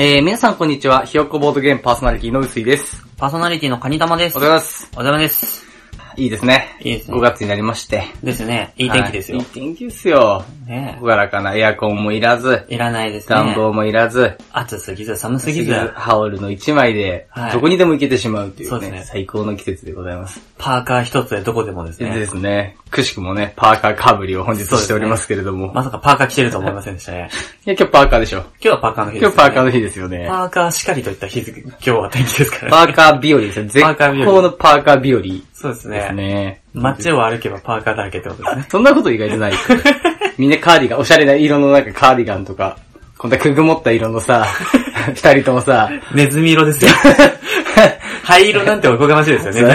えー、皆さんこんにちは。ひよっこボードゲームパーソナリティの薄井です。パーソナリティのカニ玉です。おはようございます。おはようございます。いいですね。いいですね5月になりまして。ですね。いい天気ですよはいい。い天気ですよ。ねほがらかなエアコンもいらず、えいらないです暖ね。房もいらず、暑すぎず寒すぎず、ハオルの1枚では、いどこにでも行けてしまうといそううですねね、最高の季節でございます。パーカー一つでどこでもですででね。すね、くしくもね、パーカーかぶりを本日しておりますけれども。まさかパーカー着てると思いませんでしたね。いや、今日パーカーでしょ。今日はパーカーの日で今す、日パね。ーカーの日ですよね。パーカーしかりといった日付、今日は天気ですから、ね。パーカー日和ですよ。絶パーカー日和好のパーカー日和でそうですすね。ね。街を歩けばパーカーだらけってことで すね。そんなこと意外とないですよ みんなカーディガン、おしゃれな色のなんかカーディガンとか、こんなくぐもった色の さ、二人ともさ、ネズミ色ですよ。灰色なんておこがましいですよね。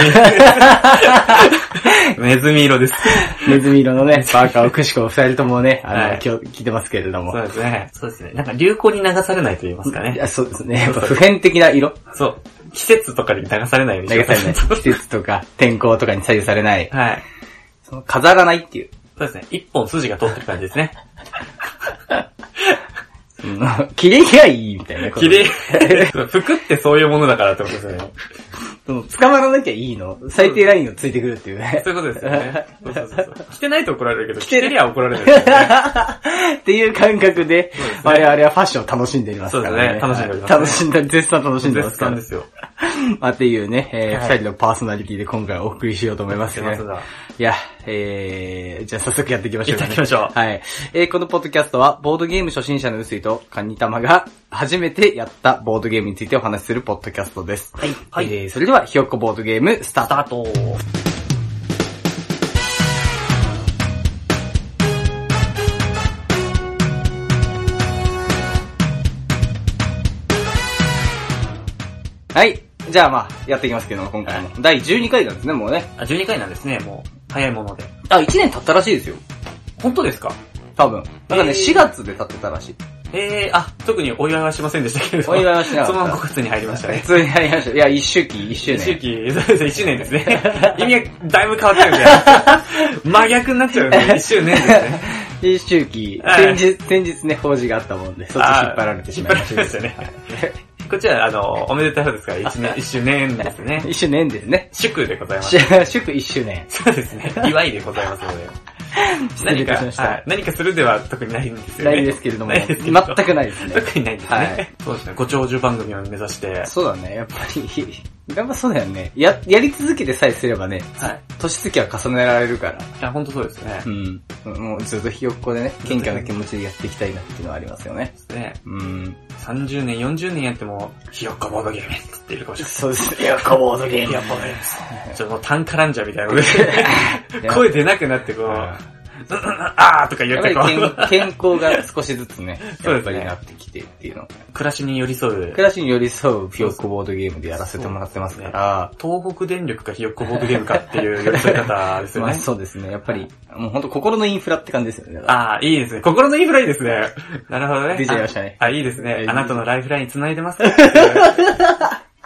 ネズミ色 です。ネズミ色のね、パーカーをくしくも二人ともね、あの、はい今日着てますけれどもそう。ですね。そうですね。なんか流行に流されないと言いますかいね。や、そうですね。やっぱ普遍的な色そう。季節とかに流されないようにし流ようされない。季節とか天候とかに左右されない。 はい。その飾らないっていう。そうですね。一本筋が通ってる感じですね。その 切れ気がいいみたいな。綺麗。 服ってそういうものだからってことですよね。その捕まらなきゃいいの。最低ラインをついてくるっていうねそ。ういうことですよね。そうそうそうそう。着てないと怒られるけど、着てりゃ怒ら れるんですよね。っていう感覚で、我々はファッションを楽しんでいますからね。そうですね楽しんでおりますね楽しんだ、絶賛楽しんでま絶すか賛らで。すよ。まあ、っていうね、えーはい二人のパーソナリティで今回お送りしようと思いますね。そうだいや、えー、じゃあ早速やっていきましょう、やっていきましょうはい。えー、このポッドキャストは、ボードゲーム初心者の薄井とカニ玉が初めてやったボードゲームについてお話しするポッドキャストです。はいはいえー、それでは、ひよっこボードゲームスターストタ。ートはい。じゃあまあ、やっていきますけども、今回も。第12回なんですね、もうね。あ、12回なんですね、もう。早いもので。あ、1年経ったらしいですよ。本当ですか多分。なんかね、えー4月で経ってたらしい。えー、あ、特にお祝いはしませんでしたけれども。お祝いはしなかったそのまま5月に入りましたね普。通にやりました。いや、一周期、一周一周年。期、そうですね、一年で すね。意味がだいぶ変わっちゃうんで。真逆になっちゃうんで、一周年ですね。一周期、はい先日、先日ね、法事があったもんで、そっち引っ張られてしまいまし引たっ張られてしまいましたね。こっちは、あの、おめでたい方ですから、一年、一周年ですね。一周年ですね。祝でございます。祝一周年。そうですね。祝いでございますので。失礼何いか、たしましはたい。何かするでは特にないんですよね。ないですけれどもないですけ全どくないですね特にないですはねい。そうですね。ご長寿番組を目指して、はい。そうだね、やっぱり。やっぱそうだよね。や、やり続けてさえすればね、年月は重ねられるから。いや、本当そうですねう。ん。もうずっとひよっこでね、謙虚な気持ちでやっていきたいなっていうのはありますよね。ねうん。 30年、40年やっても、ひよっこボードゲームって言ってるかもしれそうですね。いや、コボードゲーム。ない。ちょっともうタンカランジャみたいな ので、声出なくなってこう、あーとか言やっっぱてりこう、健 健康が少しずつね、そうやっですぱねりなってきてっていうの。暮らしに寄り添う暮らしに寄り添うピヨックボードゲームでやらせてもらってますから、東北電力かひよっこボードゲームかっていう寄り添い方ですよまあね。そうですね、やっぱり、もう本当心のインフラって感じですよね。ああ、いいですね。心のインフラいいですね。なるほどね。出ちゃいましたねあ、あいいですねい。いあなたのライフライン繋いでますか美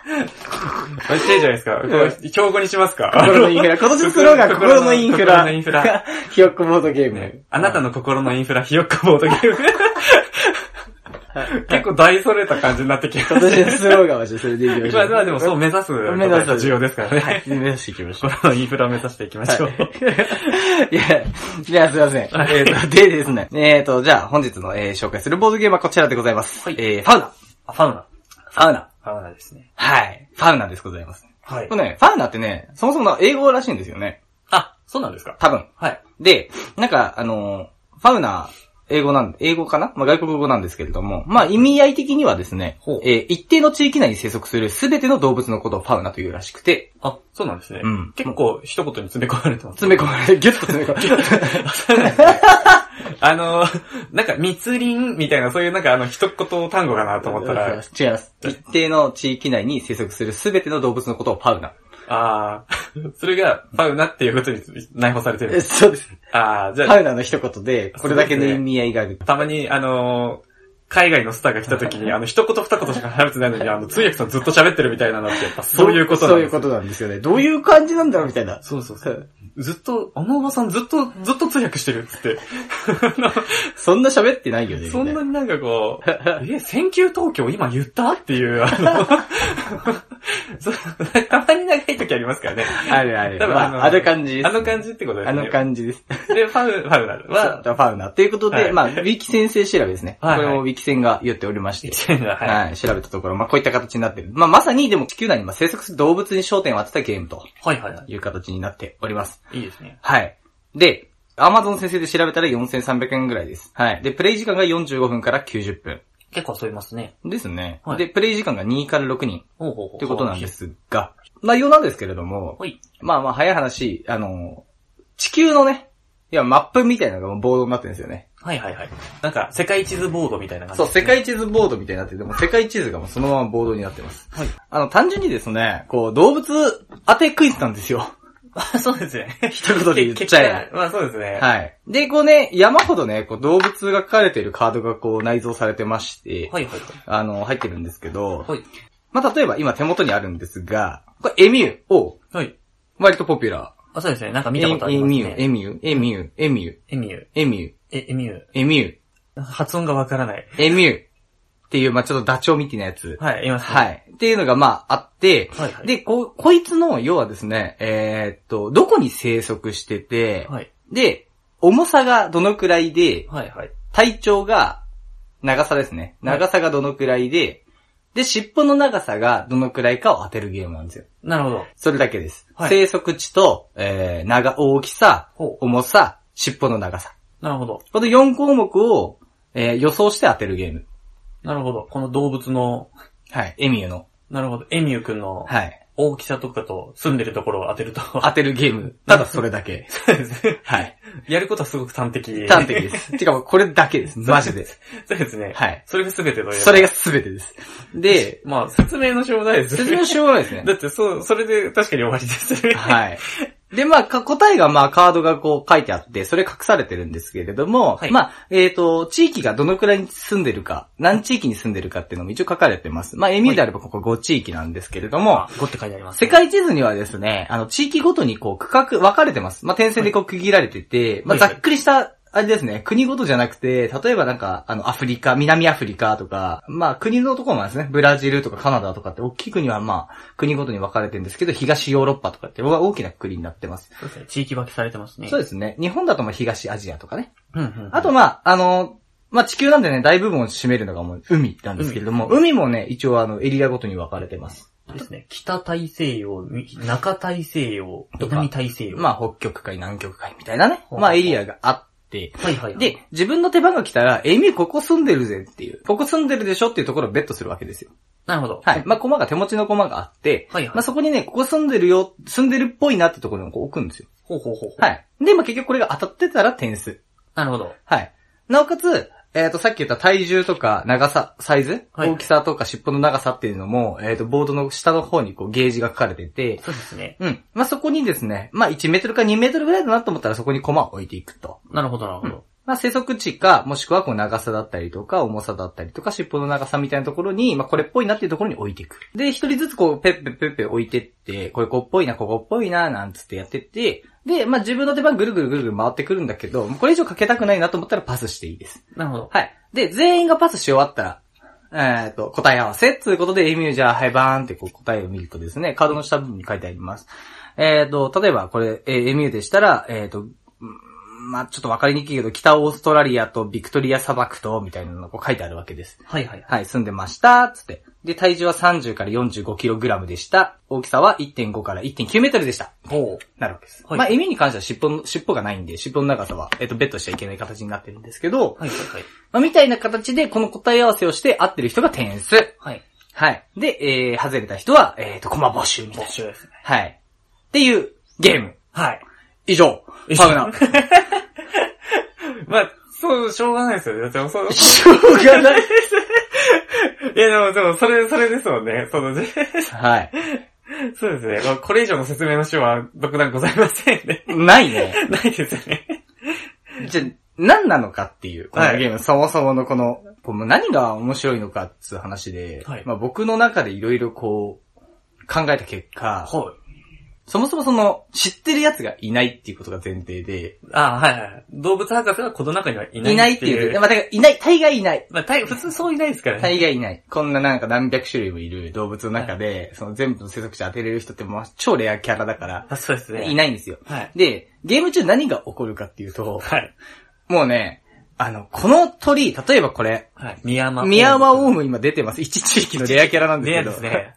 味しいじゃないですか。これ標語にしますか心のインフラ。今年のスローガン、心のインフラ。心のインフラ。。ひよっこボードゲーム。ねあなたの心のインフラ、ひよっこボードゲーム。結構大それた感じになってきま今し年のスローガンはじゃあそれでいきましょた。まあう。まあでもそう目指す。目指す重要ですからね。はい、目指していきましょう。心のインフラを目指していきましょう。 いや、じゃあすいません。えはいーと、でですね。えーと、じゃあ本日の、えー紹介するボードゲームはこちらでございます。はいえー、ファウナ。あファウナ。ファウナ。ファウナですね。はい。ファウナですございます。はいこ。れね、ファウナってね、そもそもの英語らしいんですよね。あ、そうなんですか多分。はい。で、なんか、あのーファウナ、英語なん、英語かなまあ、外国語なんですけれども、まあ、意味合い的にはですねほう、えー一定の地域内に生息するすべての動物のことをファウナというらしくて、あ、そうなんですね。うん結構一言に詰め込まれてます。詰め込まれ、ギュッと詰め込まれ、あのー、なんか密林みたいな、そういうなんかあの一言単語かなと思った ら、違います。一定の地域内に生息するすべての動物のことをファウナ。あー、それがファウナっていうことに内包されてる。そうです。あー、じフゃあ、ァウナの一言で、これだけの意味合いがある。たまにあのー、海外のスターが来た時に、あの、一言二言しか喋ってないのに、あの、通訳さんずっと喋ってるみたいなのって、やっぱそういうこそとうなんいでうすよことなんですよね。どういう感じなんだろうみたいな。そうそうそう。ずっと、あのおばさんずっと、ずっと通訳してるっつって。あのそんな喋ってないよね。みたそいんなになんかこう、 え、選球東京今言ったっていう、あの、そうたまに長い時ありますからね。あるある。多分まあ、あの感じです。あの感じってことですあね。の感じ です。じ。で、ファウ、ファウナルは、 ファウナ。ということで、はいまあ、ウィキ先生調べですね。はいはいこれもウィキ先が言っておりまして。一年だはい。はい、調べたところ、まあ、こういった形になってる。まあ、まさに、でも、地球内にまあ生息する動物に焦点を当てたゲームとはいはいはいう形になっております。い。いいですね。はい。で、アマゾン先生で調べたら4300円ぐらいです。はい。で、プレイ時間が45分から90分。結構遊びますね。ですね。はいで、プレイ時間が2から6人ほうほうほう。ということなんで。すが、内容なんですけれども、ほい。まあまあ、早い話、あの、地球のね、いや、マップみたいなのがボードになってるんですよね。はいはいはい。なんか、世界地図ボードみたいな感じ。そう、世界地図ボードみたいになってて、でも世界地図がもうそのままボードになってます。はい。あの、単純にですね、こう、動物当てクイズなんですよ。あ、 そうですね。一言で言っちゃえば結果まあそうですね。はい。で、こうね、山ほどね、こう動物が書かれているカードがこう内蔵されてまして、はいはいあの、入ってるんですけど、はい。はい。まあ、例えば今手元にあるんですが、これエミューを、はい。割とポピュラあ、そうですね。なんかー。見たことありますね。エエミュー、エミュー、エミュー、エミュー。エミュー、え、エミュエミュー。発音がわからない。ー、エミューっていう、まあ、ちょっとダチョウみたいなやつ。はい、います、ね。はい。っていうのが、まあ、あって、はいはいで、こ、こいつの、要はですね、えーっと、どこに生息してて、はい。で、重さがどのくらいで、はい、はい。体長が、長さですね。はい長さがどのくらいで、で、尻尾の長さがどのくらいかを当てるゲームなんですよ。なるほど。それだけです。はい生息地と、えー、長、大きさ、ほう重さ、尻尾の長さ。なるほど。この4項目を、えー予想して当てるゲーム。なるほど。この動物の、はい。エミューの。なるほど。エミュー君のはい。大きさとかと住んでるところを当てると。当てるゲーム。ただそれだけ。そうですね。はい。やることはすごく端的。端的です。てかもうこれだけです。マジで。そうですね。はいそれが全てといえばそれが全てです。で、まあ、説明のしょうがないです。説明しようがない ですだね。って、そう、それで確かに終わりですね。はい。で、まあ、か答えが、まあ、カードがこう書いてあって、それ隠されてるんですけれども、はいまあ、えっ、と、地域がどのくらいに住んでるか、何地域に住んでるかっていうのも一応書かれてます。まあ、エミューであればここ5地域なんですけれども、あ、5って書いてあります、世界地図にはですね、あの、地域ごとにこう、区画分かれてます。まあ、点線でこう区切られてて、まあ、ざっくりした、あれですね、国ごとじゃなくて、例えばなんか、あの、アフリカ、南アフリカとか、まあ、国のところもですね、ブラジルとかカナダとかって、大きい国はまあ、国ごとに分かれてるんですけど、東ヨーロッパとかって、大きな国になってます。そうですね。地域分けされてますね。そううですね。日本だとまあ、東アジアとかね。うんうん。あと、まあ、あの、まあ、地球なんでね、大部分を占めるのがもう海なんですけれども、海もね、一応あの、エリアごとに分かれてます。ですね。北大西洋、中大西洋、とか南大西洋。まあ、北極海、南極海みたいなね、ほうほうまあ、エリアがあって、あ、はいはいはい。で、自分の手番が来たら、エミューここ住んでるぜっていう、ここ住んでるでしょっていうところをベットするわけですよ。なるほど。はい。まあ、駒が手持ちの駒があって、はいはいまあ、そこにね、ここ住んでるよ、住んでるっぽいなってところにこう置くんですよ。ほうほうほうほう。はい。で、まあ、結局これが当たってたら点数。なるほど。はい。なおかつ、えっ、と、さっき言った体重とか長さ、サイズ、はい大きさとか尻尾の長さっていうのも、えっ、と、ボードの下の方にこうゲージが書かれてて、そうですね。うん。まあ、そこにですね、まあ、1メートルか2メートルぐらいだなと思ったらそこにコマを置いていくと。なるほど、なるほど。まあ、生息地か、もしくはこう長さだったりとか、重さだったりとか、尻尾の長さみたいなところに、まあ、これっぽいなっていうところに置いていく。で、一人ずつこう、ペッペッペッペッ置いてって、これこうっぽいな、ここっぽいな、なんつってやってって、で、まあ、自分の手番ぐるぐるぐるぐる回ってくるんだけど、もうこれ以上かけたくないなと思ったらパスしていいです。なるほど。はい。で、全員がパスし終わったら、えっ、と、答え合わせということで、エミューじゃあ、はい、バーンってこう答えを見るとですね、カードの下部分に書いてあります。えっ、と、例えばこれ、えーエミューでしたら、えっ、と、うんまあちょっとわかりにくいけど、北オーストラリアとビクトリア砂漠と、みたいなのがこう書いてあるわけです。はいはいはい。はい、住んでました、つって。で、体重は30から45キログラムでした。大きさは1.5から1.9メートルでした。ほう。なるわけです。はいまあエミューに関しては尻尾の、尻尾がないんで、尻尾の長さは、えっ、と、ベットしちゃいけない形になってるんですけど、はいはいはい。まあ、みたいな形で、この答え合わせをして、合ってる人が点数。はい。はい。で、えー、外れた人は、えーと、コマ募集みたい募な。集ですね。はい。っていう、ゲーム。はい。以上。以上サウナ。 まあ、そう、しょうがないですよね。でも、そう、いしょうがない。やでも、でも、それ、それですもんね。その、 ぜはい。そうですね。まあこれ以上の説明の手は、独断ございませんね。 ないね。ないですよね。じゃあ、何なのかっていう、このゲーム、そもそものこの、こう何が面白いのかっつう話で、はいまあ僕の中でいろいろこう、考えた結果、はそもそもその、知ってる奴がいないっていうことが前提で、い。ああ、はいはい。動物博士はこの中にはいないいないっていう、まあだからいない、大概いない。まあ、大普通そういないですからね。大概いない。こんななんか何百種類もいる動物の中で、その全部の生息地当てれる人ってもう超レアキャラだから、あそうですね。いないんですよ。はい。で、ゲーム中何が起こるかっていうと、はい。もうね、あの、この鳥、例えばこれ、はい。宮間。ミヤマオウム今出てます。一地域のレアキャラなんですねけでど。すね。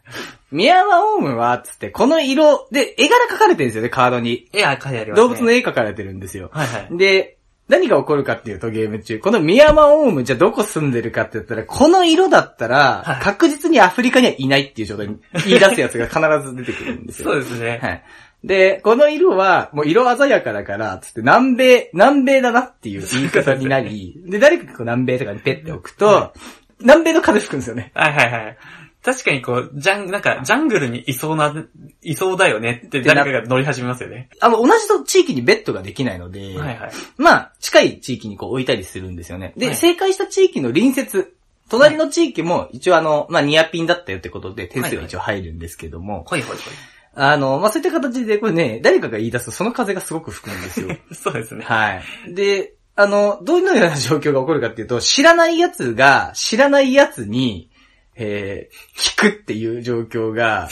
ミヤマオウムは、つって、この色、で、絵柄描かれてるんですよね、カードに。絵は書いてあります、動ね。物の絵描かれてるんですよ。はいはい。で、何が起こるかっていうと、ゲーム中。このミヤマオウム、じゃあどこ住んでるかって言ったら、この色だったはらい、確実にアフリカにはいないっていう状態に言い出すやつが必ず出てくるんですよ。そうですね。はい。で、この色は、もう色鮮やかだから、つって南米、南米だなっていう言い方になり、で、誰かがこう南米とかにペッて置くと、南米の風吹くんですよね。はいはいはい。確かにこう、ジャン、なんか、ジャングルにいそうな、いそうだよねって誰かが乗り始めますよね。あの、同じと地域にベッドができないので、はいはい。まあ、近い地域にこう置いたりするんですよね。で、はい正解した地域の隣接、隣の地域も一応あの、まあニアピンだったよってことで点数が一応入るんですけども、ほいほいほあの、まあそういった形でこれね、誰かが言い出すとその風がすごく吹くんです よ。い。そうですね。はい。で、あの、どのような状況が起こるかっていうと、知らない奴が、知らない奴に、えー、聞くっていう状況 が、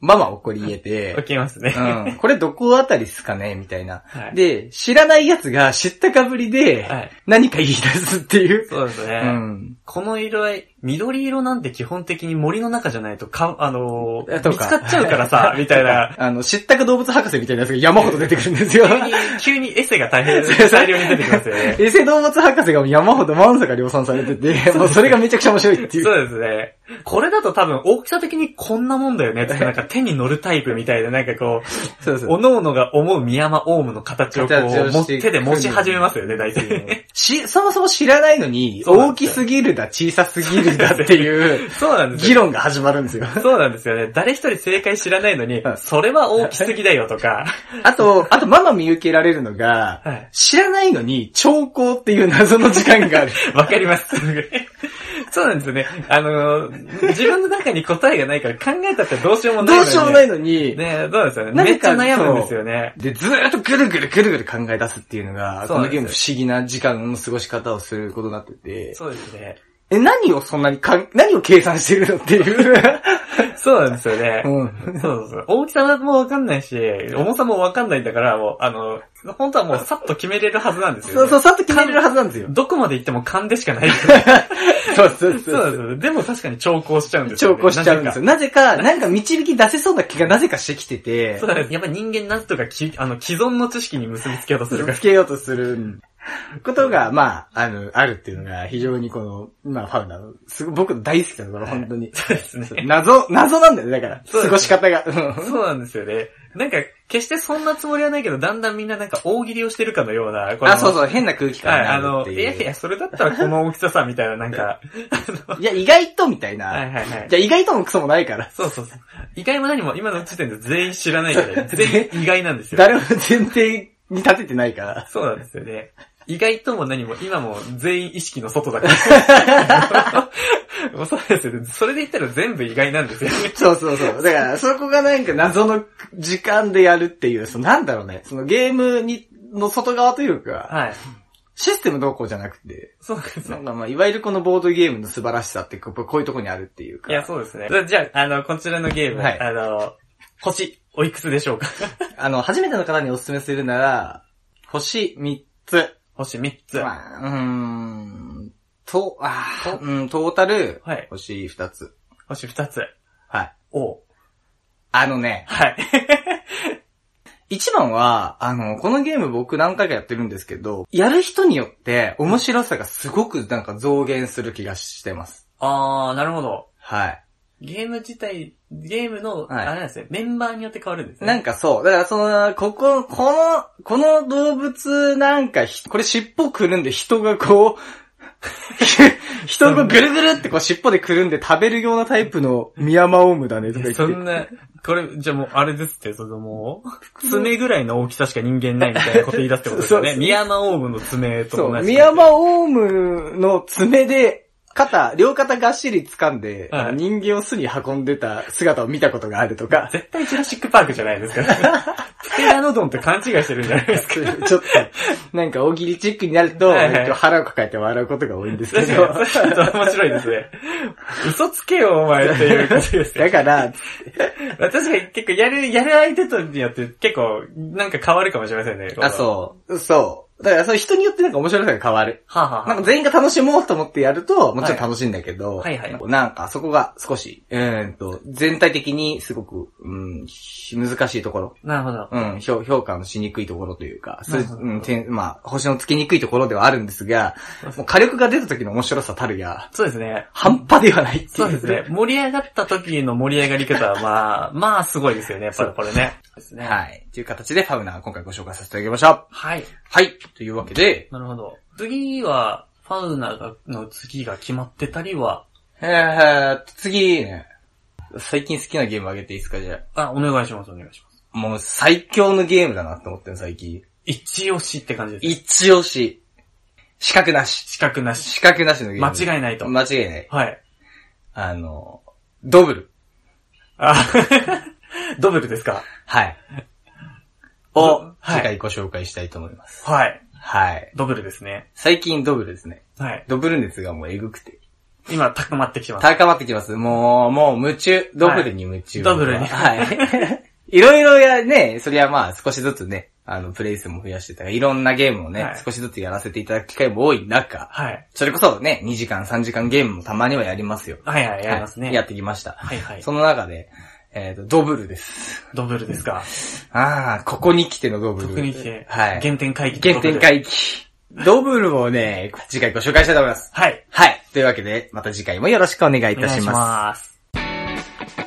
まま起こり得起 て、きますね。うん、これどこあたりっすかねみたいな。はいで、知らない奴が知ったかぶりはで、い。何か言い出すっていう。そうですね。うん。この色合い、緑色なんて基本的に森の中じゃないとか、あのーと見つかかっちゃうからさ、みたい な。あの、知ったか動物博士みたいなやつが山ほど出てくるんですよ。急に、急にエセが大変そう、大量に出てきますよ ね。衛生動物博士が山ほど満坂量産されてて、もうそれがめちゃくちゃ面白いっていう。そうですね。これだと多分大きさ的にこんなもんだよねって、なんか手に乗るタイプみたいな、なんかこう、そうそう おのおのが思う宮山オウムの形をこう、形をもしていく手で持ち始めますよね、大 体。し、そもそも知らないのに、そうなん大ですきよすぎるだ、小さすぎるだっていう、そうなんです議よ。論が始まるんですよ。 そうなんですよね。誰一人正解知らないのには、いそれは大きすぎだよと か。あと、あと、ママ見受けられるのが、はい知らないのに、兆候っていう謎の時間がある。 わかります。そうなんですよね。あのー、自分の中に答えがないから考えたってどうしようもなどいのうに。しようもないのに、ねそうですよね。なんかめっちゃ悩むんですよね。で、ずーっとぐるぐるぐるぐる考え出すっていうのが、そうこなのんですゲよーム不思議な時間の過ごし方をすることになってて、そうですね。え、何をそんなにかん、何を計算してるのっていう。そうなんですよね。うん。そうそうそう。大きさもわかんないし、重さもわかんないんだから、もう、あの、本当はもうさっと決めれるはずなんですそよ、うね。そう、さっと決めれるはずなんですよ。どこまで行っても勘でし かない。そうそうそうなんですよ。でも確かに調校しちゃうんですよ、兆ね。候しちゃうんですよ。よ。なぜか、なんか導き出せそうな気がなぜかしてきててそ、うなんです。やっぱり人間なんとかき、あの、既存の知識に結びつけようとするかつけようとすることが、まあ、あの、あるっていうのが非常にこの、まあ、ファウナの、すごい僕大好きなの、これはい本当に。ら。そうですね。謎、謎なんだよね、だから。そうです過ごし方が。うんそうなんですよね。なんか、決してそんなつもりはないけど、だんだんみんななんか大喜利をしてるかのような、このあ、そうそう、変な空気は感い、になあるっの、ていいう。やいや、それだったらこの大きささ、みたいな、な んか、いや、意外とみたいはいはいな。はいい。や、意外ともクソもないから。そうそうそう。意外も何も、今の時点で全員知らない から、全員意外なんですよ。誰も前提に立ててないから。そうなんですよ ね。意外とも何も、今も全員意識の外だ から。もうそうですよね。それで言ったら全部意外なんですよね。そうそうそう。だから、そこがなんか謎の時間でやるっていう、そのなんだろうね。そのゲームに、の外側というか、はい。システムどうこうじゃなくて、そうなんですよなんかまあ、いわゆるこのボードゲームの素晴らしさって、こうこういうとこにあるっていうか。いや、そうですね。じゃあ、あの、こちらのゲーム、はいあの、星、おいくつでしょうか あの、初めての方にお勧めするなら、星3つ。星3つ。はまあ、うーん、と、あーとうん、トータル、い。星2つ。星2つ。はい。おあのね、はい。 一番は、あの、このゲーム僕何回かやってるんですけど、やる人によって面白さがすごくなんか増減する気がしてます。あー、なるほど。はい。ゲーム自体、ゲームの、はいあれなんですね、メンバーによって変わるんですね。なんかそう。だからその、ここ、この、この動物なんかひ、これ尻尾くるんで人がこう、 人がぐるぐるってこう尻尾でくるんで食べるようなタイプのミヤマオウムだねとか言そっんな、これ、じゃあもう、あれですって、そのも う、爪ぐらいの大きさしか人間ないみたいなこと言い出すってことですよそね。うミヤマオウムの爪て。とそ同う、じ。ミヤマオウムの爪で肩、両肩がっしり掴んで、はいあの人間を巣に運んでた姿を見たことがあるとか、絶対ジュラシックパークじゃないですから。プテラノドンと勘違いしてるんじゃない ですか。ちょっと、なんか大喜利チックになると、はいはい割と腹を抱えて笑うことが多いんですけ確ど、かに、それちょっと面白いですね。嘘つけよ、お前っていう感じですだね。から、確かに結構やる、やる相手とによって結構、なんか変わるかもしれませんね。あ、そう。そう。だから、それ人によってなんか面白さが変わる。う。はあ、はあ、なんか全員が楽しもうと思ってやると、もちろん楽しいんだけど、はいはいはなんかそこが少し、うーんと、全体的にすごく、うん、ひ難しいところ。なるほど。うん、評評価のしにくいところというか、すなるほどうん、てんまあ、星のつけにくいところではあるんですが、もう火力が出た時の面白さたるや、そうですね。半端ではないっていう。そうですね。 盛り上がった時の盛り上がり方は、 まあ、まあすごいですよね、やっぱりこれね。そうですね。い。はい。という形でファウナー今回ご紹介させていただきました。はい。はい。というわけで、なるほど。次は、ファウナーの次が決まってたりは、えー、次ね、最近好きなゲームあげていいですかじゃあ。あ、お願いします、お願いします。もう最強のゲームだなって思ってる最近。一押しって感じです。一押し。資格なし。資格なし。資格なしのゲーム。間違いないと。間違いない。はい。あの、ドブル。あ、 ドブルですかはい。おを、はい次回ご紹介したいと思います。はい。はい。ドブルですね。最近ドブルですね。はい。ドブル熱がもうえぐくて。今、高まってきてます。高まってきます。もう、もう夢中。ドブルに夢中。はいドブルにはい。 いろいろやね、そりゃまあ少しずつね、あの、プレイ数も増やしてたから、いろんなゲームをね、はい少しずつやらせていただく機会も多い中、はい。それこそね、2時間、3時間ゲームもたまにはやりますよ。はいはい、やりますね。はいやってきました。はいはいそ。の中で、えっ、と、ドブルです。ドブルですか。ああ、ここに来てのドブル。特に来て、はい。原点回帰。原点。回帰。ドブルをね、次回ご紹介したいと思います。はい。はい。というわけで、また次回もよろしくお願いいおた願しいします。ます。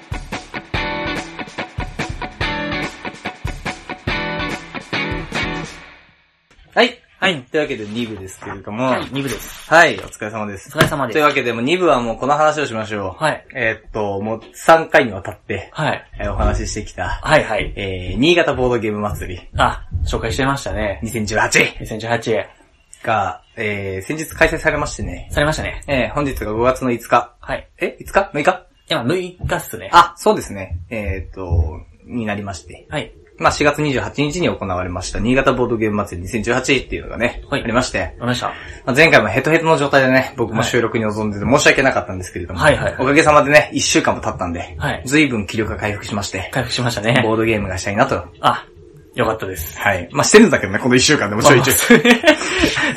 はい。はい。というわけで2部ですけれども、は、はいい、 2部です。お疲れ様でおす。疲れ様でというす。わけで、もう2部はもうこの話をしましょう。はい。えーっと、もう3回にわたって、はい。えーお話ししてきた、はいはい。えー、新潟ボードゲーム祭りあ、紹介してましたね。 2018 2018へ。が、えー、先日開催されましてね、されましたね。えー、本日が5月の5日、はい。え ?5 日 ?6 日今、6日っすね。あ、そうですね。えーっと、になりまして。はい。まあ4月28日に行われました、新潟ボードゲーム祭り2018っていうのがね、はいありまして、わかりました。まあ、前回もヘトヘトの状態でね、僕も収録に臨んでて申し訳なかったんですけれども、はいはいはいおかげさまでね、1週間も経ったんで、はい随分気力が回復しまして、回復しましたね。ボードゲームがしたいなと。あ、よかったです。はい。まあしてるんだけどね、この1週間でもちょいちょい。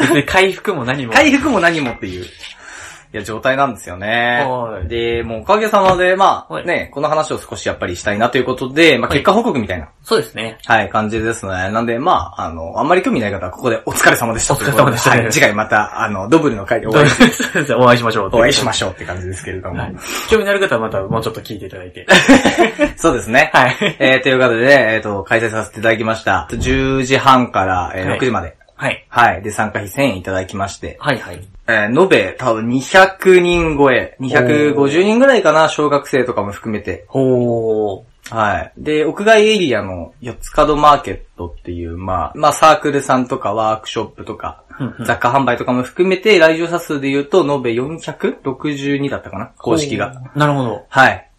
別 に回復も何も。回復も何もっていう、いや、状態なんですよねはい。で、もうおかげさまで、まはあ、いね、この話を少しやっぱりしたいなということで、まあはい結果報告みたいな、そうですね。はい、感じですね。なんで、まあ、あの、あんまり興味ない方はここでお疲れ様でしたお疲れ様でしたということはい、次回また、あの、ドブルの回でおお会会いいしお会いしましょう。お会いしましょうって感じですけれども。はい。興味のある方はまたもうちょっと聞いていただいて。そうですね。はい。えー、ということで、えっ、と、開催させていただきました。10時半から、えーはい6時まで。はい。はい。で、参加費1000円いただきまして、はいはい。えー、延べ多分200人超え、250人ぐらいかな、小学生とかも含めて。ほー。はい。で、屋外エリアの四つ角マーケットっていう、まあ、まあ、サークルさんとかワークショップとか、雑貨販売とかも含めて、来場者数で言うと、延べ462だったかな、公式が。ほう。なるほど。はい。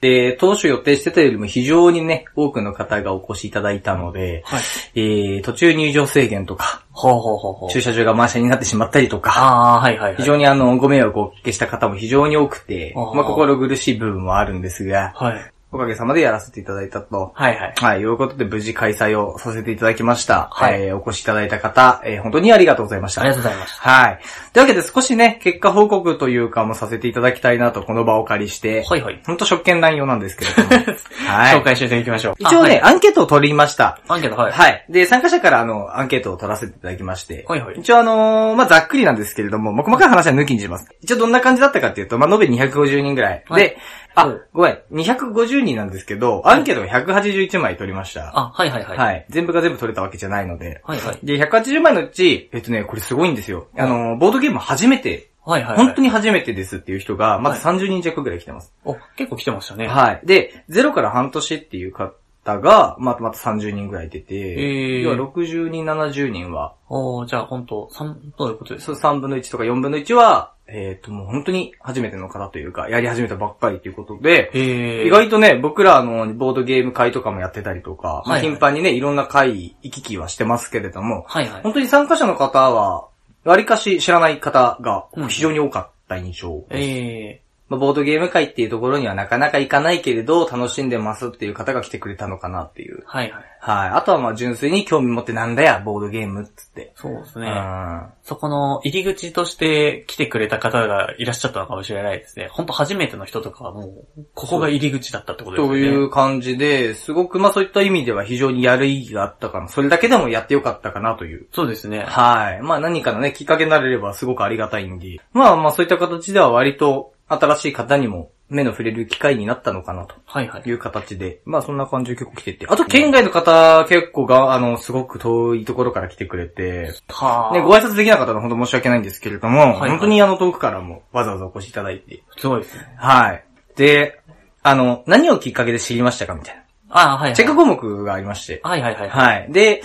で、当初予定してたよりも非常にね、多くの方がお越しいただいたので、はい。えー、途中入場制限とか、ほうほうほうほう。駐車場が満車になってしまったりとか、あー、はいはいはい。非常にあの、ご迷惑をおかけした方も非常に多くて、あーまあ、心苦しい部分もあるんですが、はい。おかげさまでやらせていただいたと。はいはい。はい、いうことで無事開催をさせていただきました。はいえーお越しいただいた方、えー本当にありがとうございました。ありがとうございました。はい。というわけで少しね、結果報告というかもさせていただきたいなと、この場をお借りして、はいはい。ほんと職権乱用なんですけれど も。は紹い。介していきましょう。一応ね、あ、アンケートを取りました。はいアンケート、はい。はい。で、参加者からあの、アンケートを取らせていただきまして。はいはい一応あのーまあ、ざっくりなんですけれども、まあ、細かい話は抜きにします。一応どんな感じだったかっていうと、まあ、延べ250人ぐらい。はいで、あうん、ごめん、250人なんですけど、アンケートが181枚取りました。あ、はいはいはい。はい。全部が全部取れたわけじゃないので。はいはい。で、180枚のうち、えっとね、これすごいんですよ。あのーボードゲーム初めて、はいはい。本当にに。初めてですっていう人が、まず30人弱ぐらい来てます。お、結構来てましたね。はい。で、0から半年っていう方たが、まあ、また30人ぐらい出て、ええ要は60人、70人は、おー、じゃあ本当三どういうことですそう3分の1とか4分の1は、えっ、と、もう本当に初めての方というか、やり始めたばっかりということで、ええ意外とね、僕らあの、ボードゲーム会とかもやってたりとか、まあ、はいはい頻繁にね、いろんな会、行き来はしてますけれども、はいはい。本当に参加者の方は、わりかし知らない方がうん非常に多かった印象です。ええまあボードゲーム会っていうところにはなかなか行かないけれど、楽しんでますっていう方が来てくれたのかなっていう。はいはい。はい。あとはまあ純粋に興味持ってなんだや、ボードゲームっつって。そうですうね。ん。そこの入り口として来てくれた方がいらっしゃったのかもしれないですね。本当初めての人とかはもう、ここが入り口だったってことですよとね。いう感じで、すごくまあそういった意味では非常にやる意義があったかな。それだけでもやってよかったかなという。そうですね。はい。まあ何かのね、きっかけになれればすごくありがたいんで。まあまあそういった形では割と新しい方にも目の触れる機会になったのかなと。はいはい。いう形で、まあそんな感じで結構来てて。あと県外の方結構が、あの、すごく遠いところから来てくれて、はね、ぁ、ご挨拶できなかったのは本当申し訳ないんですけれども、はいはい本当にあの遠くからもわざわざお越しいただいて。すごいですね。はい。で、あの、何をきっかけで知りましたかみたいな。ああ、はい、はい。チェック項目がありまして。はいはいはい。はい、はい。で、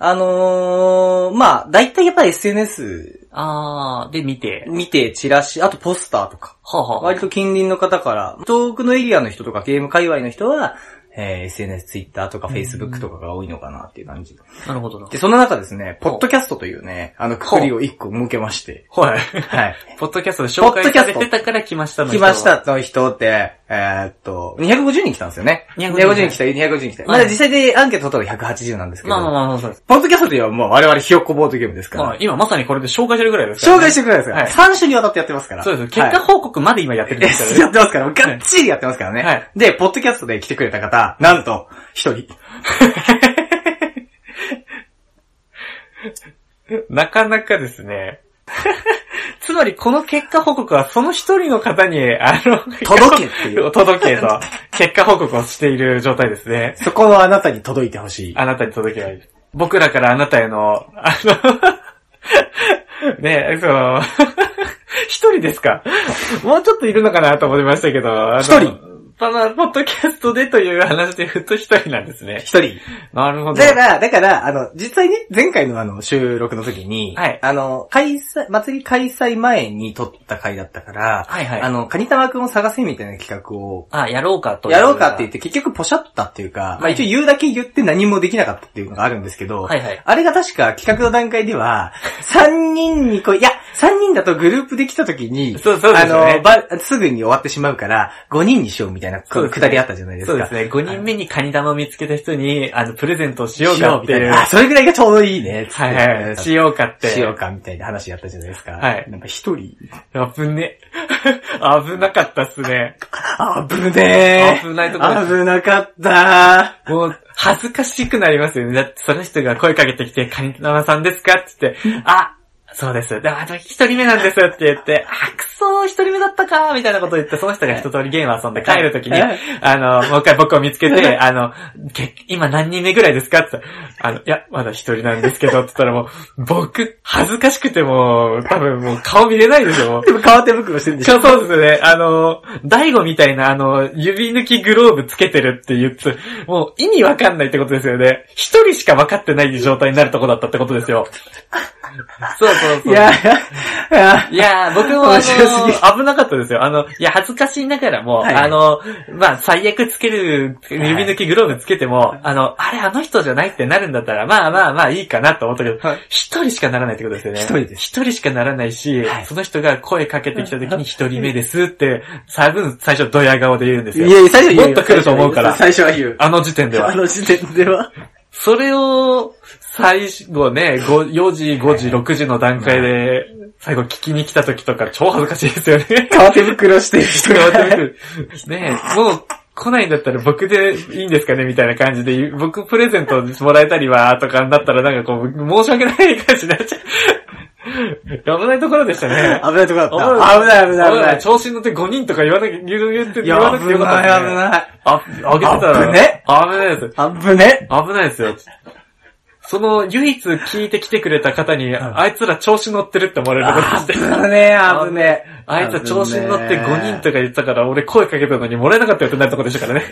あのーまあ、大体やっぱり SNS ああ、で見て。見て、チラシ、あとポスターとか。はあ、はあ割と近隣の方から、遠くのエリアの人とかゲーム界隈の人は、えー SNS、Twitter とか Facebook とかが多いのかなっていう感じ。なるほどな。で、そんな中ですね、ポッドキャストというね、あの、くくりを一個設けまして、はい。はい。ポッドキャストで紹介されポッドキャてストたから来ましたの来まし。たの人って、えーっと、250人来たんですよね。 250 250人来た、250人来た。まだうん実際でアンケート取ったら180なんですけまど、あまあまあまあ、そうです。ポッドキャストではもう我々ひよっこボードゲームですかまらあ、、今まさにこれで紹介してるぐらいですから、紹介してくれないですから、はい3週にわたってやってますから。そうです。結果報告まで今やってるんです からね。やってますから、がっちりやってますからね。はいで、ポッドキャストで来てくれた方、なんと、一人。 なかなかですね。 つまりこの結果報告はその一人の方に、あの、届けっていう。 届けと、結果報告をしている状態ですね。そこはあなたに届いてほしい。あなたに届けない。僕らからあなたへの、 あの、ねその、 一人ですかもうちょっといるのかなと思いましたけど、あの一人。パナポッドキャストでという話でふっと一人なんですね。一人。なるほど。だから、だから、あの、実際ね、前回のあの、収録の時に、はいあの、開催、祭り開催前に撮った回だったから、はいはい。ああの、カニタマくんを探せみたいな企画を、やろうかと。やろうかって言って結局ポシャったっていうか、まあ一応言うだけ言って何もできなかったっていうのがあるんですけど、はいはい。あれが確か企画の段階で は、3人にこう、いや、3人だとグループできた時に、そう、そうですあよねの、。ば、すぐに終わってしまうから、5人にしようみたいなそうですねくだりあったじゃないですそうか。ですね。5人目にカニ玉を見つけた人に、あの、プレゼントをしようしよかうっみてたいいう。な。あ、それぐらいがちょうどいいね。はいはい。しようかって。しようかみたいな話やったじゃないですか。はいなんか一人、う。危ね。 危なかったっすね。あぶね危ないとこー。危なかったもう、恥ずかしくなりますよね。だってその人が声かけてきて、カニ玉さんですかって言って、あ、そうです。でも、あと一人目なんですって言って、あ、くそー、一人目だったかー、みたいなことを言って、その人が一通りゲーム遊んで帰るときに、あの、もう一回僕を見つけて、あの、け今何人目ぐらいですかって言ったらあの、いや、まだ一人なんですけど、って言ったらもう、僕、恥ずかしくてもう、多分もう顔見れないでしょ。でも変わって袋してるんでしそょうそうですね。あの、大悟みたいな、あの、指抜きグローブつけてるって言って、もう意味わかんないってことですよね。一人しか分かってない状態になるとこだったってことですよ。そうそうそ う。いや、いや、いやー、僕もあ面白すぎの、危なかったですよ。あの、いや、恥ずかしいながらも、はいあの、まあ、最悪つける、指抜きグローブつけても、あの、あれあの人じゃないってなるんだったら、まあまあまあいいかなと思ったけどはい、一、人しかならないってことですよね。一人です一人しかならないし、はいその人が声かけてきた時に一人目ですって、多分最初ドヤ顔で言うんですいよ。や、最初は言うよもっと来ると思うから最初は言う。あの時点であは。の時点では。それを、最後ね、ご4時、5時、6時の段階で、最後聞きに来た時とか超恥ずかしいですよね。 変わって袋してる人が。 ねえ、もう来ないんだったら僕でいいんですかねみたいな感じで言う、僕プレゼントもらえたりは、とかになったらなんかこう、申し訳ない感じになっちゃう。危 ないところでしたね。 危ないとこだった。危ない危ない危ない。調子に乗って5人とか言わなきゃ、言う言って、い言わなや、く危てよかった、ないね。危ない。あ、あげてたら。危ね危ないです。危ね。危ないですよ。その唯一聞いてきてくれた方に、んあいつら調子乗ってるって思われることして。危ねえ、危ねえ。あいつら調子に乗って5人とか言ってたから、俺声かけたのにもらえなかったよってなるところでしたからね。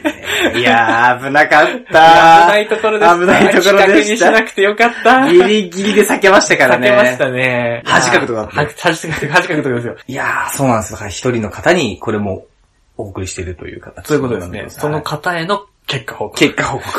いやー、危なかっ危た。ないところでした。危ないところでした企画にしなくてよかった。ギリギリで避けましたからね。避けましたね。恥かくとこだったは恥かく、恥かくとこですよ。いやー、そうなんですよ。だから一人の方にこれもお送りしてるという形そういうことですね。そのはい方への結果報告。結果報告。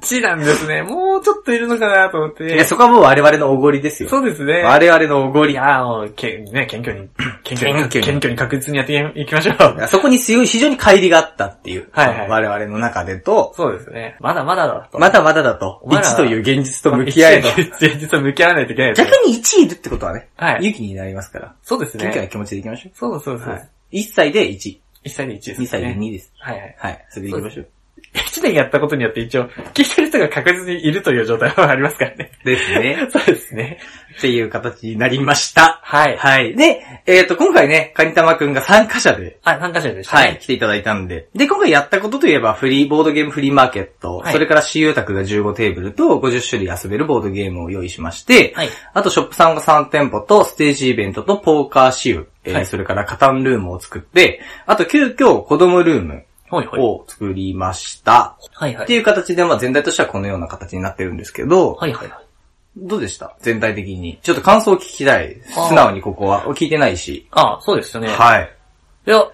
知なんですね。もうちょっといるのかなと思って。いや、そこはもう我々のおごりですよ。そうですね。我々のおごいり。やーもう、け、ね、謙 虚に、謙虚に、謙虚に謙虚に確実にやっていきましょう。そこに強い、非常に乖離があったっていう。はいはい我々の中でと、そうですね。まだまだだと。まだまだだと、お前ら1という現実と向き合えと。現実と向き合わないといけないです逆ね。に1いるってことはね、はい勇気になりますから、そうです謙虚なね。気持ちでいきましょそうそうう。そう。 1歳で1、 1歳で1ですね。 2歳で2です。はいはい。はい、それでいきましょう。 1年やったことによって一応、聞いてる人が確実にいるという状態はありますからね。ですね。そうですね。っていう形になりました。はい。はい。で、えっ、と、今回ね、カニタマくんが参加者で、あ、参加者でしたね。はい、来ていただいたんで。で、今回やったことといえば、フリー、ボードゲームフリーマーケット、はいそれから私有宅が15テーブルと50種類遊べるボードゲームを用意しまして、はい。あとショップさんが3店舗とステージイベントとポーカーシウ、えーはいそれからカタンルームを作って、あと急遽子供ルームほいほい。を作りました。はいはってい。いう形で、まあ全体としてはこのような形になってるんですけど、はいはいはい。どうでした全体的に。ちょっと感想を聞きたい。あー素直にここは。聞いてないし。あ、そうですよね。はい。いや、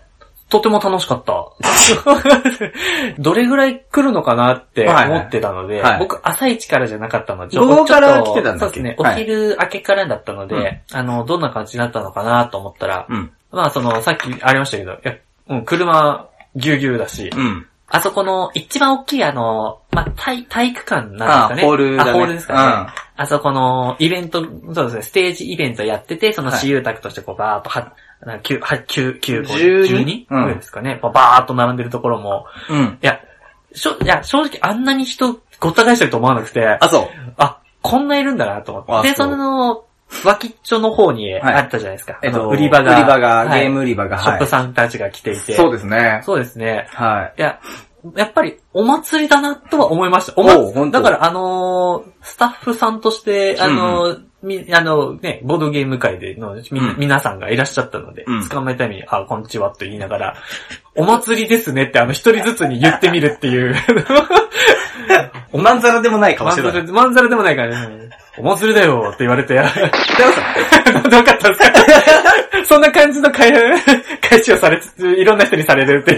とても楽しかった。 どれぐらい来るのかなってはいはい思ってたので、はい僕朝一からじゃなかったので、午後ちょっとから来てたんだっけそうですね、はおい昼明けからだったので、うんあの、どんな感じだったのかなと思ったら、うん。まあその、さっきありましたけど、いや、うん、車、ぎゅうぎゅうだし、うん。あそこの一番大きいあの、まあ、体、体育館なあんですかね。ホールだね。あ、ホールですかうんね。あそこのイベント、そうですね、ステージイベントやってて、そのはい私有宅としてこうバーっとは、なんか9、9、9、 12 12? うんぐらいですかね。こうバーっと並んでるところも、うん。いや、しょ、いや、正直あんなに人ごった返してると思わなくて、あ、そう。あ、こんないるんだなと思あって。で、そそうの、脇っちょの方にあったじゃないですか。えっあのと、売り場が。売り場が、はいゲーム売り場が、ショップはさんたちが来ていい。て。そうですね。そうですね。はい。いや、やっぱりお祭りだなとは思いました。おおうほんと祭だからあのースタッフさんとして、あのーみ、あのね、ボードゲーム会でのみ、うん皆さんがいらっしゃったので、うん捕まえた意味、あ、こんにちはと言いながら、お祭りですねってあの一人ずつに言ってみるっていう。おまんざらでもない顔ましんてざた。ら、 まんざらでもないからね。お祭りだよって言われて。北 山さんどうか ったんですかそんな感じの会話、 返しをされつつ、いろんな人にされるって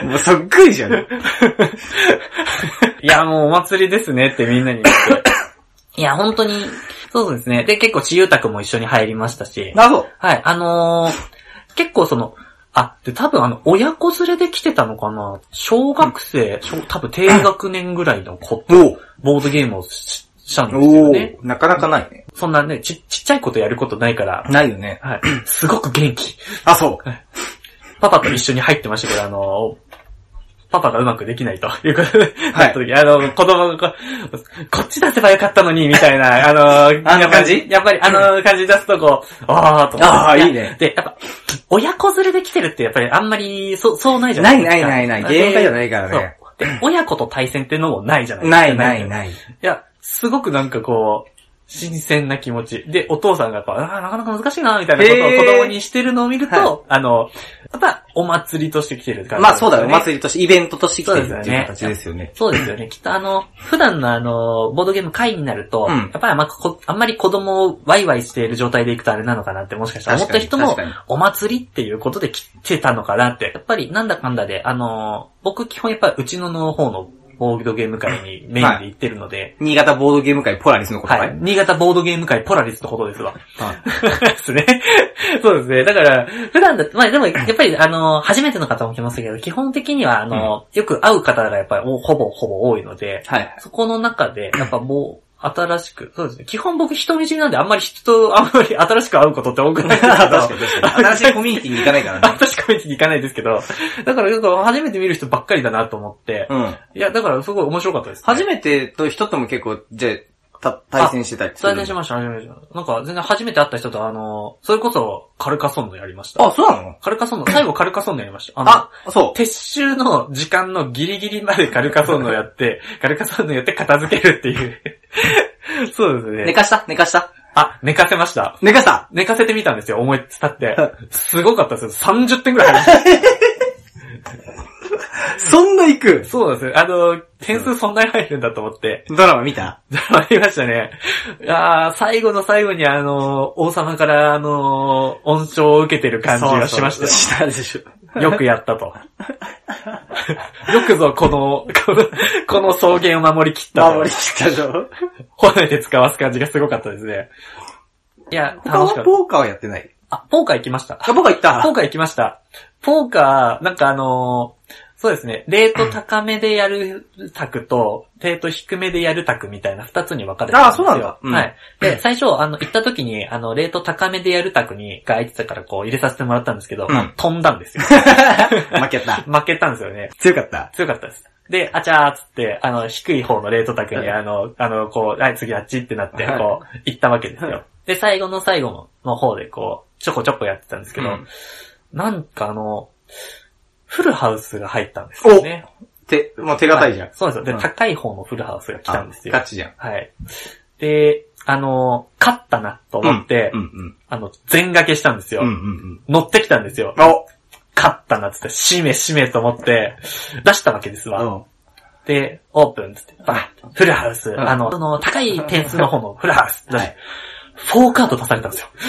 いう。もうそっくりじゃん。いや、もうお祭りですねってみんなに言って。 いや、本当に、そうですね。で、結構、私有宅も一緒に入りましたし。なそう。はい、あのー結構その、あ、で、多分あの、親子連れで来てたのかな小学生、小多分低学年ぐらいの子 と、おうボードゲームをししたんですよおね。ーなかなかないね。そんなね、ち、ちっちゃいことやることないから、ないよね。 はい、すごく元気。あ、そう。パパと一緒に入ってましたけど、あの、パパがうまくできないということで、ははいい、時、あの、子供がこ、こっち出せばよかったのに、みたいな、あの、あの感じやっぱり、やっぱりあの感じ出すとこう、あーと思ってあーいいねで、やっぱ、親子連れで来てるって、やっぱりあんまり、そう、そうないじゃなないいですないか。ないない。ゲーム会じゃないいからね。で、親子と対戦っていうのもないじゃないですか。ないないい。ない。いや、すごくなんかこう、新鮮な気持ち。で、お父さんがこう、ああ、なかなか難しいな、みたいなことをへー子供にしてるのを見ると、はあの、やっぱ、お祭りとして来てる感じ、まあそうだよ。お祭りとして、イベントとして来てるそうっですてよいうね形ですよね。そうですよね。きっとあの、普段のあの、ボードゲーム会になると、うんやっぱりあんまこあんまり子供をワイワイしている状態でいくとあれなのかなってもしかしたら思った人も確かに確か、お祭りっていうことで来てたのかなって。やっぱりなんだかんだで、あの、僕基本やっぱりうちのの方のボードゲーム会にメインで行ってるので、新潟ボードゲーム会ポラリスのことはかいい。。新潟ボードゲーム会ポラリスのことですわ。は ですね。そうですね。だから、普段だまあでも、やっぱり、あの、初めての方も来ますけど、基本的には、あの、よく会う方がやっぱりおほぼほぼ多いので、はい。そこの中で、やっぱもう、新しく、そうですね。基本僕人見知りなんで、あんまり人と、あんまり 新しく会うことって多くないんです け ど確かに確かに。新しいコミュニティに行かない からね。新しく会に行かないですけど、だから、よく初めて見る人ばっかりだなと思って、うん。いや、だからすごい面白かったです、初めてと人とも結構、じゃあた、対戦してたりする対戦しました、初めてしました。なんか、全然初めて会った人と、あの、それこそ、カルカソンヌやりました。あ、そうなのカルカソンヌ、最後カルカソンヌやりました。あの、あ、そう。撤収の時間のギリギリまでカルカソンヌをやって、 カルカソンヌやって片付けるっていう。そう ですね。寝かした寝かしたあ、寝かせました。寝かした寝かせてみたんですよ、思いつた って。すごかったですよ。30点くらい入りましそんな行くた。そうなんですよ。あの、点数そんなに入るんだと思って。ドラマ見た ありましたね。いやー最後の最後にあの、王様からあの、恩賞を受けてる感じがしましたよ。したでしょ。よくやったと。 よくぞこの、 この、この草原を守りきったと。守り切ったでしょ。褒めて使わす感じがすごかったですね。いや、他楽しかはった。ポーカーはやってない。あ、ポーカー行きました。あ、僕は行った。ポーカー行きました。ポーカー、なんかあのーそうですね、レート高めでやるタクと、レート低めでやるタクみたいな二つに分かれてたんですあよ。そうなんだうんはい。で、最初、あの、行った時に、あの、レート高めでやるタクに、が空いてたからこう入れさせてもらったんですけど、うん飛んだんですよ。 負けた。負けたんですよね。強かった。強かったです。で、あちゃーっつって、あの、低い方のレート卓に、あの、あの、こう、はい、次あっちってなって、こう、行ったわけですよ。で、最後の最後の方で、こう、ちょこちょこやってたんですけど、うんなんかあの、フルハウスが入ったんですよね。手、もう手堅いじゃんは。そうなんですうよ。んで、高い方のフルハウスが来たんですよあガ。チじゃん。はい。で、あの、勝ったなと思って、うんうん。あの、全掛けしたんですよ。うんうん乗ってきたんですようん。。お勝ったなっつって、しめしめと思って、出したわけですわ。うん。で、オープンつって、バンフルハウス、んあの、その高い点数の方のフルハウス、はいフォーカード出された んですよ。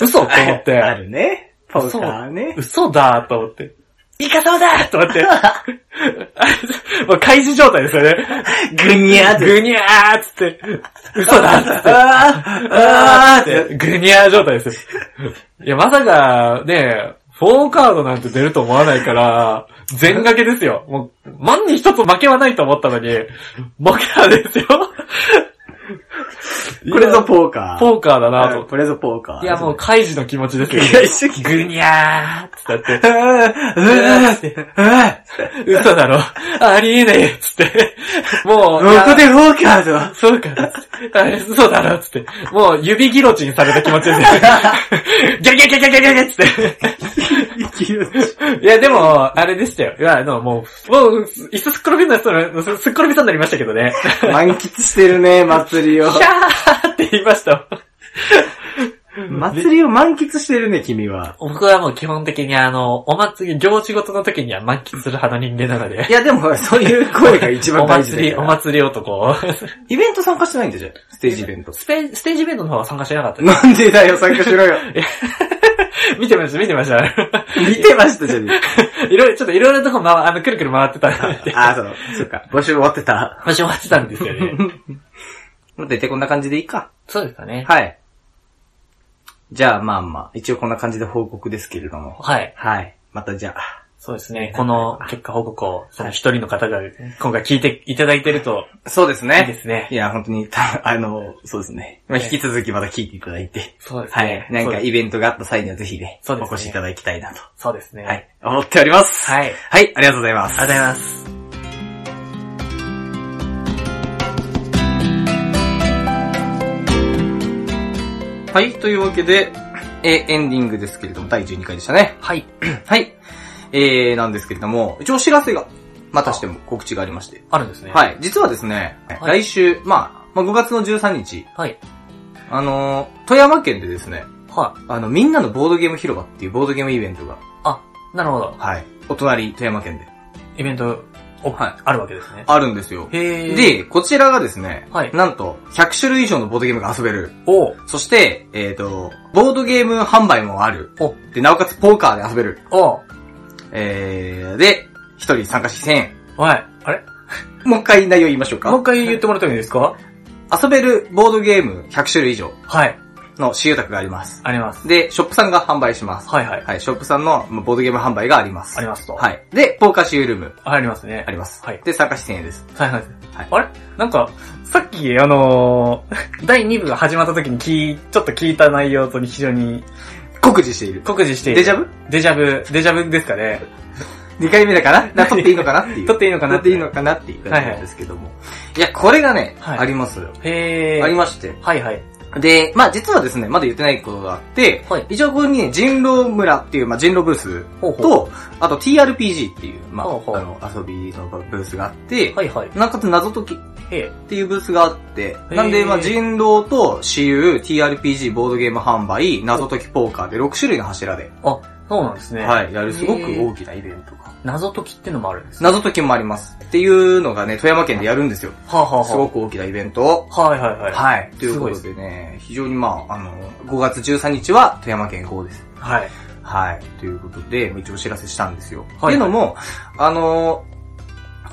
嘘と思っあて、るね。ポーカーね。嘘だと思って、イカ様だと思って、 もう開示状態ですよね。ぐにゃーって。ぐにゃーっつって、嘘だっつって。あーあーっでグニャー状態ですよ。いや、まさか、ね、フォーカードなんて出ると思わないから、全掛けですよ。もう、万に一つ負けはないと思ったのに、負けたんですよ。て。これぞポーカー。フォーカーだなうんと。これぞポーカー。いや、もう、カイジの気持ちですよ悔。しい。グニャーってなって、嘘だろ。ありえねえっつって。もう、いやここでフォーカーだ。そうか、つって。あれ、そうだな、つって。もう、指ギロチンされた気持ちですよ。ギャギャギャギャギャギャギャつって。いや、でも、あれでしたよ。いや、あの、もう、もう、椅子すっ転びそうな、すっ転びそうになりましたけどね。満喫してるね、祭りを キ。ャーって言いました。祭りを満喫してるね、君は。僕はもう基本的にあの、お祭り、行事ごとの時には満喫する派の人間なのでい。や、でも、そういう声が一番お大事だ祭り、かおら。祭り男。イベント参加してないんだじゃん。ステージイベント。スペステージイベントの方は参加してなかった でなんでだよ、参加しろよ。す。見てました、見てました。見てましたじゃん。 いろいろ、ちょっといろいろなとこ、ま、あの、くるくる回ってたん で。あ、そう、そうか。募集終わってた。まあ、しまってたんですよね。大体こんな感じでいいか。そうですかね。はい。じゃあ、まあまあ、一応こんな感じで報告ですけれども。はい。はい。またじゃあ。そうですね。この結果報告を、その一人の方が今回聞いていただいてるとそうですいいね。ですねい。や、本当に、たあの、そうですね。まあ、ね引き続きまた聞いていただいて。そうですはねい。。なんそうかですイベントがあった際にはぜひね、そうですねお越しいただきたいなと。そうですね。は。い。思っております。はい。ありはい、ありがとうございます。がとうございます。はい、というわけで、えーエンディングですけれども、第12回でしたね。はい。はい。えー、なんですけれども、一応お知らせが、またしても告知がありまして。あるんですね。い。はい。実はですね、はい来週、まあ、まあ、5月の13日、はい。あのー富山県でですね、はあの、みんなのボードゲーム広場っていうボードゲームイベントが、い。あ、なるほど。はい。お隣、富山県で、イベント、おはいあるわけですね。あるんですよ。へー、で、こちらがですね、はいなんと、100種類以上のボードゲームが遊べる。おそして、えっ、と、ボードゲーム販売もある。おで、なおかつポーカーで遊べる。おえー、で、一人参加費1000円。はい。あれもう一回内容言いましょうもうか。一回言ってもらってもいいですか遊べるボードゲーム100種類以上はい。の私有宅があります。あります。で、ショップさんが販売します。はいはい。はい、ショップさんのまあボードゲーム販売があります。ありますと。。はいい。で、ポーカー私有ルームありますね。あります。はいで、参加費1000円です。はいはい。はいあれなんか、さっき、あのー 第2部が始まった時に聞い、ちょっと聞いた内容と非常に告示している。酷似している。デジャブデジャブ、デジャブですかね。 2回目だからだから撮っていいのかなっていう。 撮っていいのかな撮っていいのかなっていう感じなんですけども。いや、これがね、はいありますよ。へー。ありまして。はいはい。で、まあ実はですね、まだ言ってないことがあって、はい一応ここにね、人狼村っていう、まあ人狼ブースほうほと、あと TRPG っていう、まあ、ほうほうあの、遊びのブースがあって、う。はいはい。なんかつ謎解きっへていうブースがあって、ーなんで、まあ人狼と私有、TRPG、ボードゲーム販売、謎解きポーカーで6種類の柱で、ー。あ、そうなんですね。はい、やるすごくへー大きなイベントが。謎解きってのもあるんですね。謎解きもあります。っていうのがね、富山県でやるんですよ。はあ、はあはあ、すごく大きなイベントを。はいはいはい。はい。というすこごいとでね、非常にまああの、5月13日は富山県こうです。はい。はい。ということで、まあ一応お知らせしたんですよ。はいっていうのも、あの、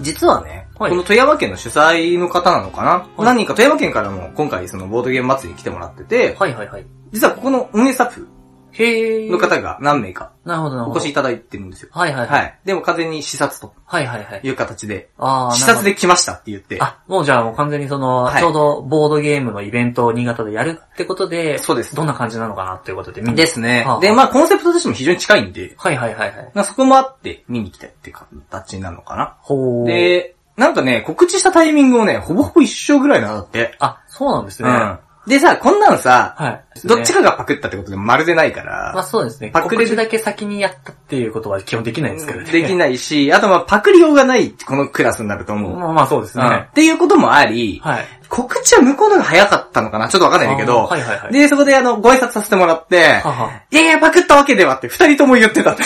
実はね、はいこの富山県の主催の方なのかな、はい何人か富山県からも今回そのボードゲーム祭りに来てもらってて、はいはいはい。実はここの運営スタッフへー。の方が何名かなるほどなるほおど。越しいただいてるんですよ。はいはいは。はいい。でも完全に視察とはいはいはい。いう形で、あー視なるほ察どで来ましたって言って、あ、もうじゃあもう完全にその、はいちょうどボードゲームのイベントを新潟でやるってことで、そうですどんな感じなのかなっていうことで見にですねはあ。で、まあコンセプトとしても非常に近いんで、はいはいはいはい。まあそこもあって見に来たって形になるのかな。ほー。で、なんかね、告知したタイミングをね、ほぼほぼ一緒ぐらいなんだって。あ、そうなんですうね。はん。でさ、こんなんさ、い。どっちか。かがパクったってことでまるでないかまあら、そうですね。パク告リ知だけ先にやったっていうことは基本できないですからね。できないし、あとまあパクりようがない、このクラスになると思う。まあまあそうですうね。んっていうこともあり、はい。告知は向こうのが早かったのかなちょっとわかんないんだけあーどは、いはいはい。で、そこであの、ご挨拶させてもらって、ははいやいや、パクったわけではって、二人とも言って たって。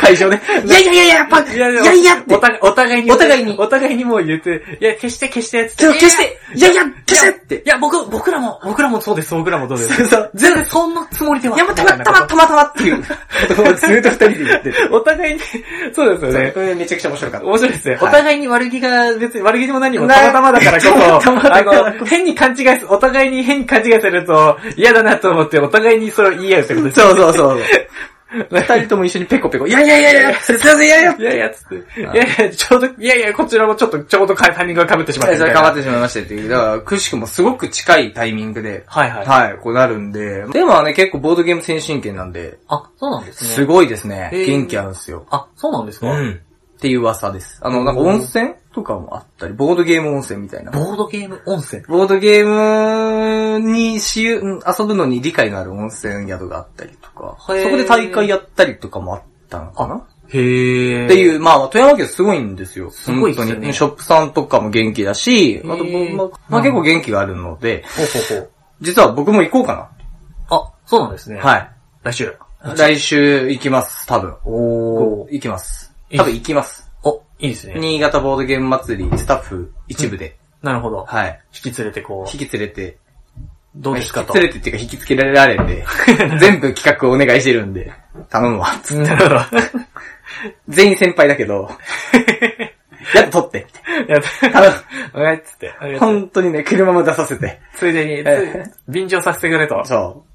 会場で。いやいやいやいや、パク、いやいやってお。互いお互いに。お互いにお互いにもう言って、いや、消して消してっつって。ちょ消していやいや、消してっいて。や、僕、僕らも、僕らもそうです、僕らもそうです。そうそう。全然そんなつもりでは。いや、もうたまたまたまたまって いうことをずっと二人で言ってて。お互いに、そうですよね。これめちゃくちゃ面白かった。面白いですね。はいお互いに悪気が、別に悪気でも何もなたまたまだからこたまたまだからそ、あの、変に勘違いす、お互いに変に勘違いされると嫌だなと思って、お互いにそれを言い合うってことです。そうそうそう。二人とも一緒にペコペコ。いやいやいやいや、すいません、いやいや。 いやいや、つって。いやいや、ちょうど、いやいや、こちらもちょっと、ちょうどタイミングが被ってしまったみそたいれな。変わってしまいましたっていう。だから、くしくもすごく近いタイミングで、はいはい。はい、こうなるんで。でもね、結構ボードゲーム先進権なんで、あ、そうなんですね。すごいですね。へー元気あるんですよ。あ、そうなんですか、ん。っていう噂です。あの、なんか温泉とかもあったり、ボードゲーム温泉みたいな。ボードゲーム温泉。ボードゲームにしゆ、ん遊ぶのに理解のある温泉宿があったりとか、そこへーで大会やったりとかもあったのかなへー。っていう、まあ、富山県すごいんですよ。すごいですよね本当にショップさんとかも元気だし、あと、ーまあまあ、結構元気があるので、ほうほうほう。実は僕も行こうかあ、そうなんですね。な。はい。来週。来週行きます、多分。おー。行きます。多分行きます。お、いいですね。新潟ボードゲーム祭りスタッフ一部で、なるほど。はい。引き連れてこう、引き連れて、どうですかと。連れてっていうか引きつけられられ て、全部企画お願いしてるんで、頼むわ。 なるほど。全員先輩だけど、やっと取って。や っ頼お願いっつって。む本当にね、車も出させて。ついでに、えつい便乗させてくれと。 そう。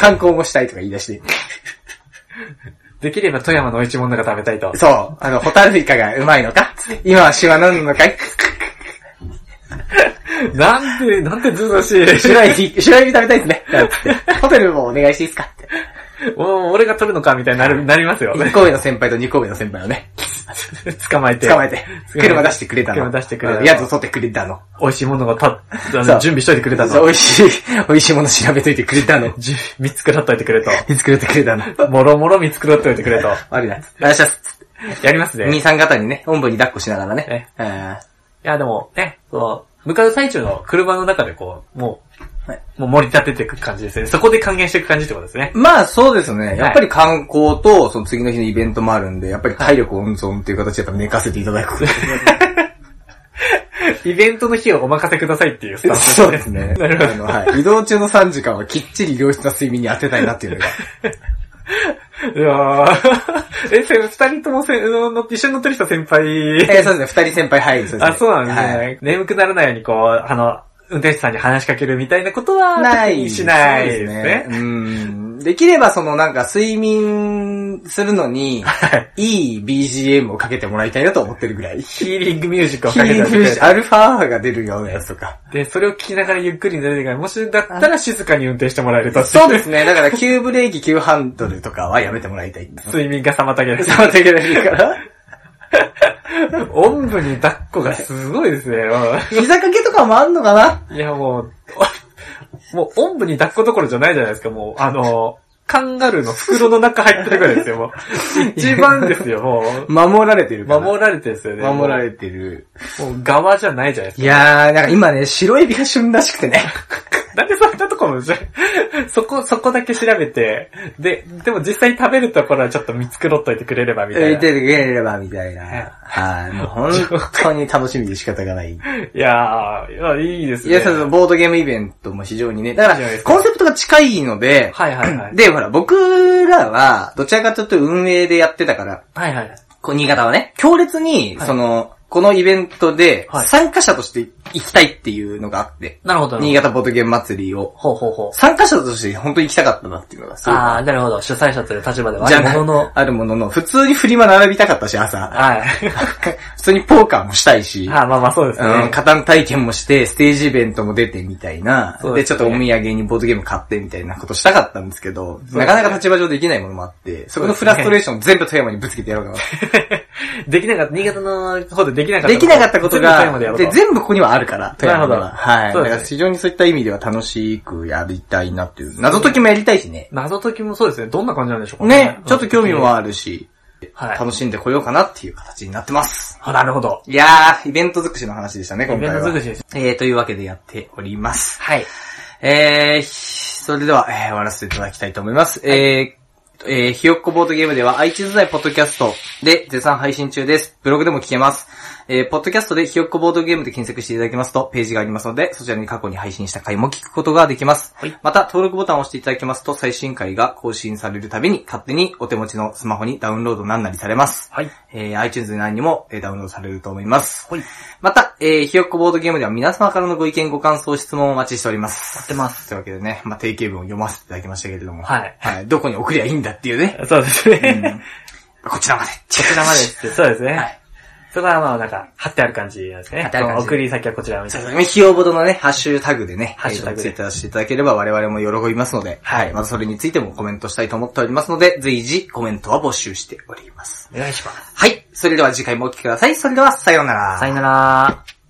観光もしたいとか言い出して。できれば富山の美味しいものが食べたいと。そう。あの、ホタルイカがうまいのか今は島なんのかいなんて、なんてずう ずうしい。白エビ、白エビ食べたいですね。なんつってホテルもお願いしていいですか って。もう俺が取るのかみたいになる、なり ますよ。 1個目の先輩と2個目の先輩をね、捕まえて。捕まえて、車出してくれたの。車出してくれたのうん宿取ってくれたの。美味しいものがた、あそのう準備しといてくれたそうと。美味しい、美味しいもの調べといてくれたの。じ見繕っといてくれと。見つくれてくれたの。もろもろ見繕っといてくれと。 悪 いな。らっしゃいっす。やりますね。兄さん方にね、おんぶに抱っこしながらねね。えいや、でも、ね、そう、向かう最中の車の中でこう、もう、はいもう盛り立てていく感じですね。そこで還元していく感じってことですね。まあそうですね。やっぱり観光と、その次の日のイベントもあるんで、やっぱり体力温存っていう形でやっぱ寝かせていただく。イベントの日をお任せくださいっていうスタンスそうです ね。 なるほどあのはい移動中の3時間はきっちり良質な睡眠に当てたいなっていうのが。いやー え、せ、二人ともせ、の一緒に乗ってる人先 え ー輩。そうですね。二人先輩、はい。そうですねあ、そうなんですね、はい眠くならないようにこう、あの、運転手さんに話しかけるみたいなことは、ない。しないそうですね。うん。できればそのなんか睡眠するのに、いい BGM をかけてもらいたいなと思ってるぐらい。ヒーリングミュー ジックをヒかーけリてンあグげミュージックて。アルファが出るようなやつとか。で、それを聞きながらゆっくり寝れるから、もしだったら静かに運転してもらえると。 そうですね。だから急ブレーキ、急ハンドルとかはやめてもらいた い。 睡眠が妨げられる。 触っていけないから。おんぶに抱っこがすごいですね。う膝掛けとかもあんのかなんいや、もう、 おもう、おんぶに抱っこどころじゃないじゃないですか、もう。あの、カンガルーの袋の中入ってるぐらいです よ、もう。一番ですよ、もう。守られてるから。守られてるんですよね。守られてる。もう、もう側じゃないじゃないですいやー、なんか今ね、白エビが旬らしくてね。か。なんでそんなとこも、じゃ そこ、そこだけ調べて、で、でも実際に食べるところはちょっと見繕っといてくれればみたい 見な。いててくれれば、みたいな。はい。もう本当に楽しみで仕方が ない。いやー、いやいいですね。や、そうそう、ボードゲームイベントも非常にね。だか非常にでら、すコンセプトが近いので、はいはいはい。で、ほら、僕らは、どちらかというと運営でやってたから、はいはい。こう新潟はね、強烈に、はいその、このイベントでは、い参加者として行きたいっていうのがあって、なるほど。新潟ボードゲーム祭りを、ほうほうほう。参加者として本当に行きたかったなっていうのがすごい。ああ、なるほど。主催者という立場ではあじゃるないものの、あるものの、普通にフリマ並びたかったし、朝。はい。 普通にポーカーもしたいし、ああ、まあまあそうですね。うん、カタン体験もして、ステージイベントも出てみたいな、そうで、でちすょっねとお土産にボードゲーム買ってみたいなことしたかったんですけど、すねなかなか立場上できないものもあって、そこのフラストレーション全部富山にぶつけてやろうかな。 できなかった、新潟の方でできなかった。 できなかったこと全部富山が、でやろうで、と全部ここにはあるから、富山にはなるほどはい。そだうかですねら非常にそういった意味では楽しくやりたいなっていう。謎解きもやりたいしね。謎解きもそうですね。どんな感じなんでしょうかね。ね、ちょっと興味もあるし、はい。楽しんでこようかなっていう形になってます。あなるほど。いやー、イベント尽くしの話でしたね、イ今ベン回ト尽くしは。です。えー、というわけでやっております。はい。えー、ひそれでは、えー終わらせていただきたいと思います。えー、えーひよっこボードゲームでは iTunes 内ポッドキャストで絶賛配信中です。ブログでも聞けます。えー、ポッドキャストでひよっこボードゲームで検索していただきますとページがありますので、そちらに過去に配信した回も聞くことができます。はいまた、登録ボタンを押していただきますと最新回が更新されるたびに勝手にお手持ちのスマホにダウンロードなんなりされます。はい。えー、iTunes 内にも、えーダウンロードされると思います。はい。また、えー、ひよっこボードゲームでは皆様からのご意見、ご感想、質問をお待ちしております。ってます。というわけでね、まあ、定型文を読ませていただきましたけれども。はい。はい。どこに送りゃいいんだっていうね。そうですね。うんこちらまで。ここちらまでっ。て、そうですね。はいそこはまあなんか、貼ってある感じなんですね。貼ってある感じ送り先はこちらみそたういでな。すね。ひよぼどのね、ハッシュタグでね、ハッシュタグでツイッターしていただければ我々も喜びますので、はい。またそれについてもコメントしたいと思っておりますので、随時コメントは募集しております。お願いします。はい。それでは次回もお聞きください。それでは、さようなら。さよなら。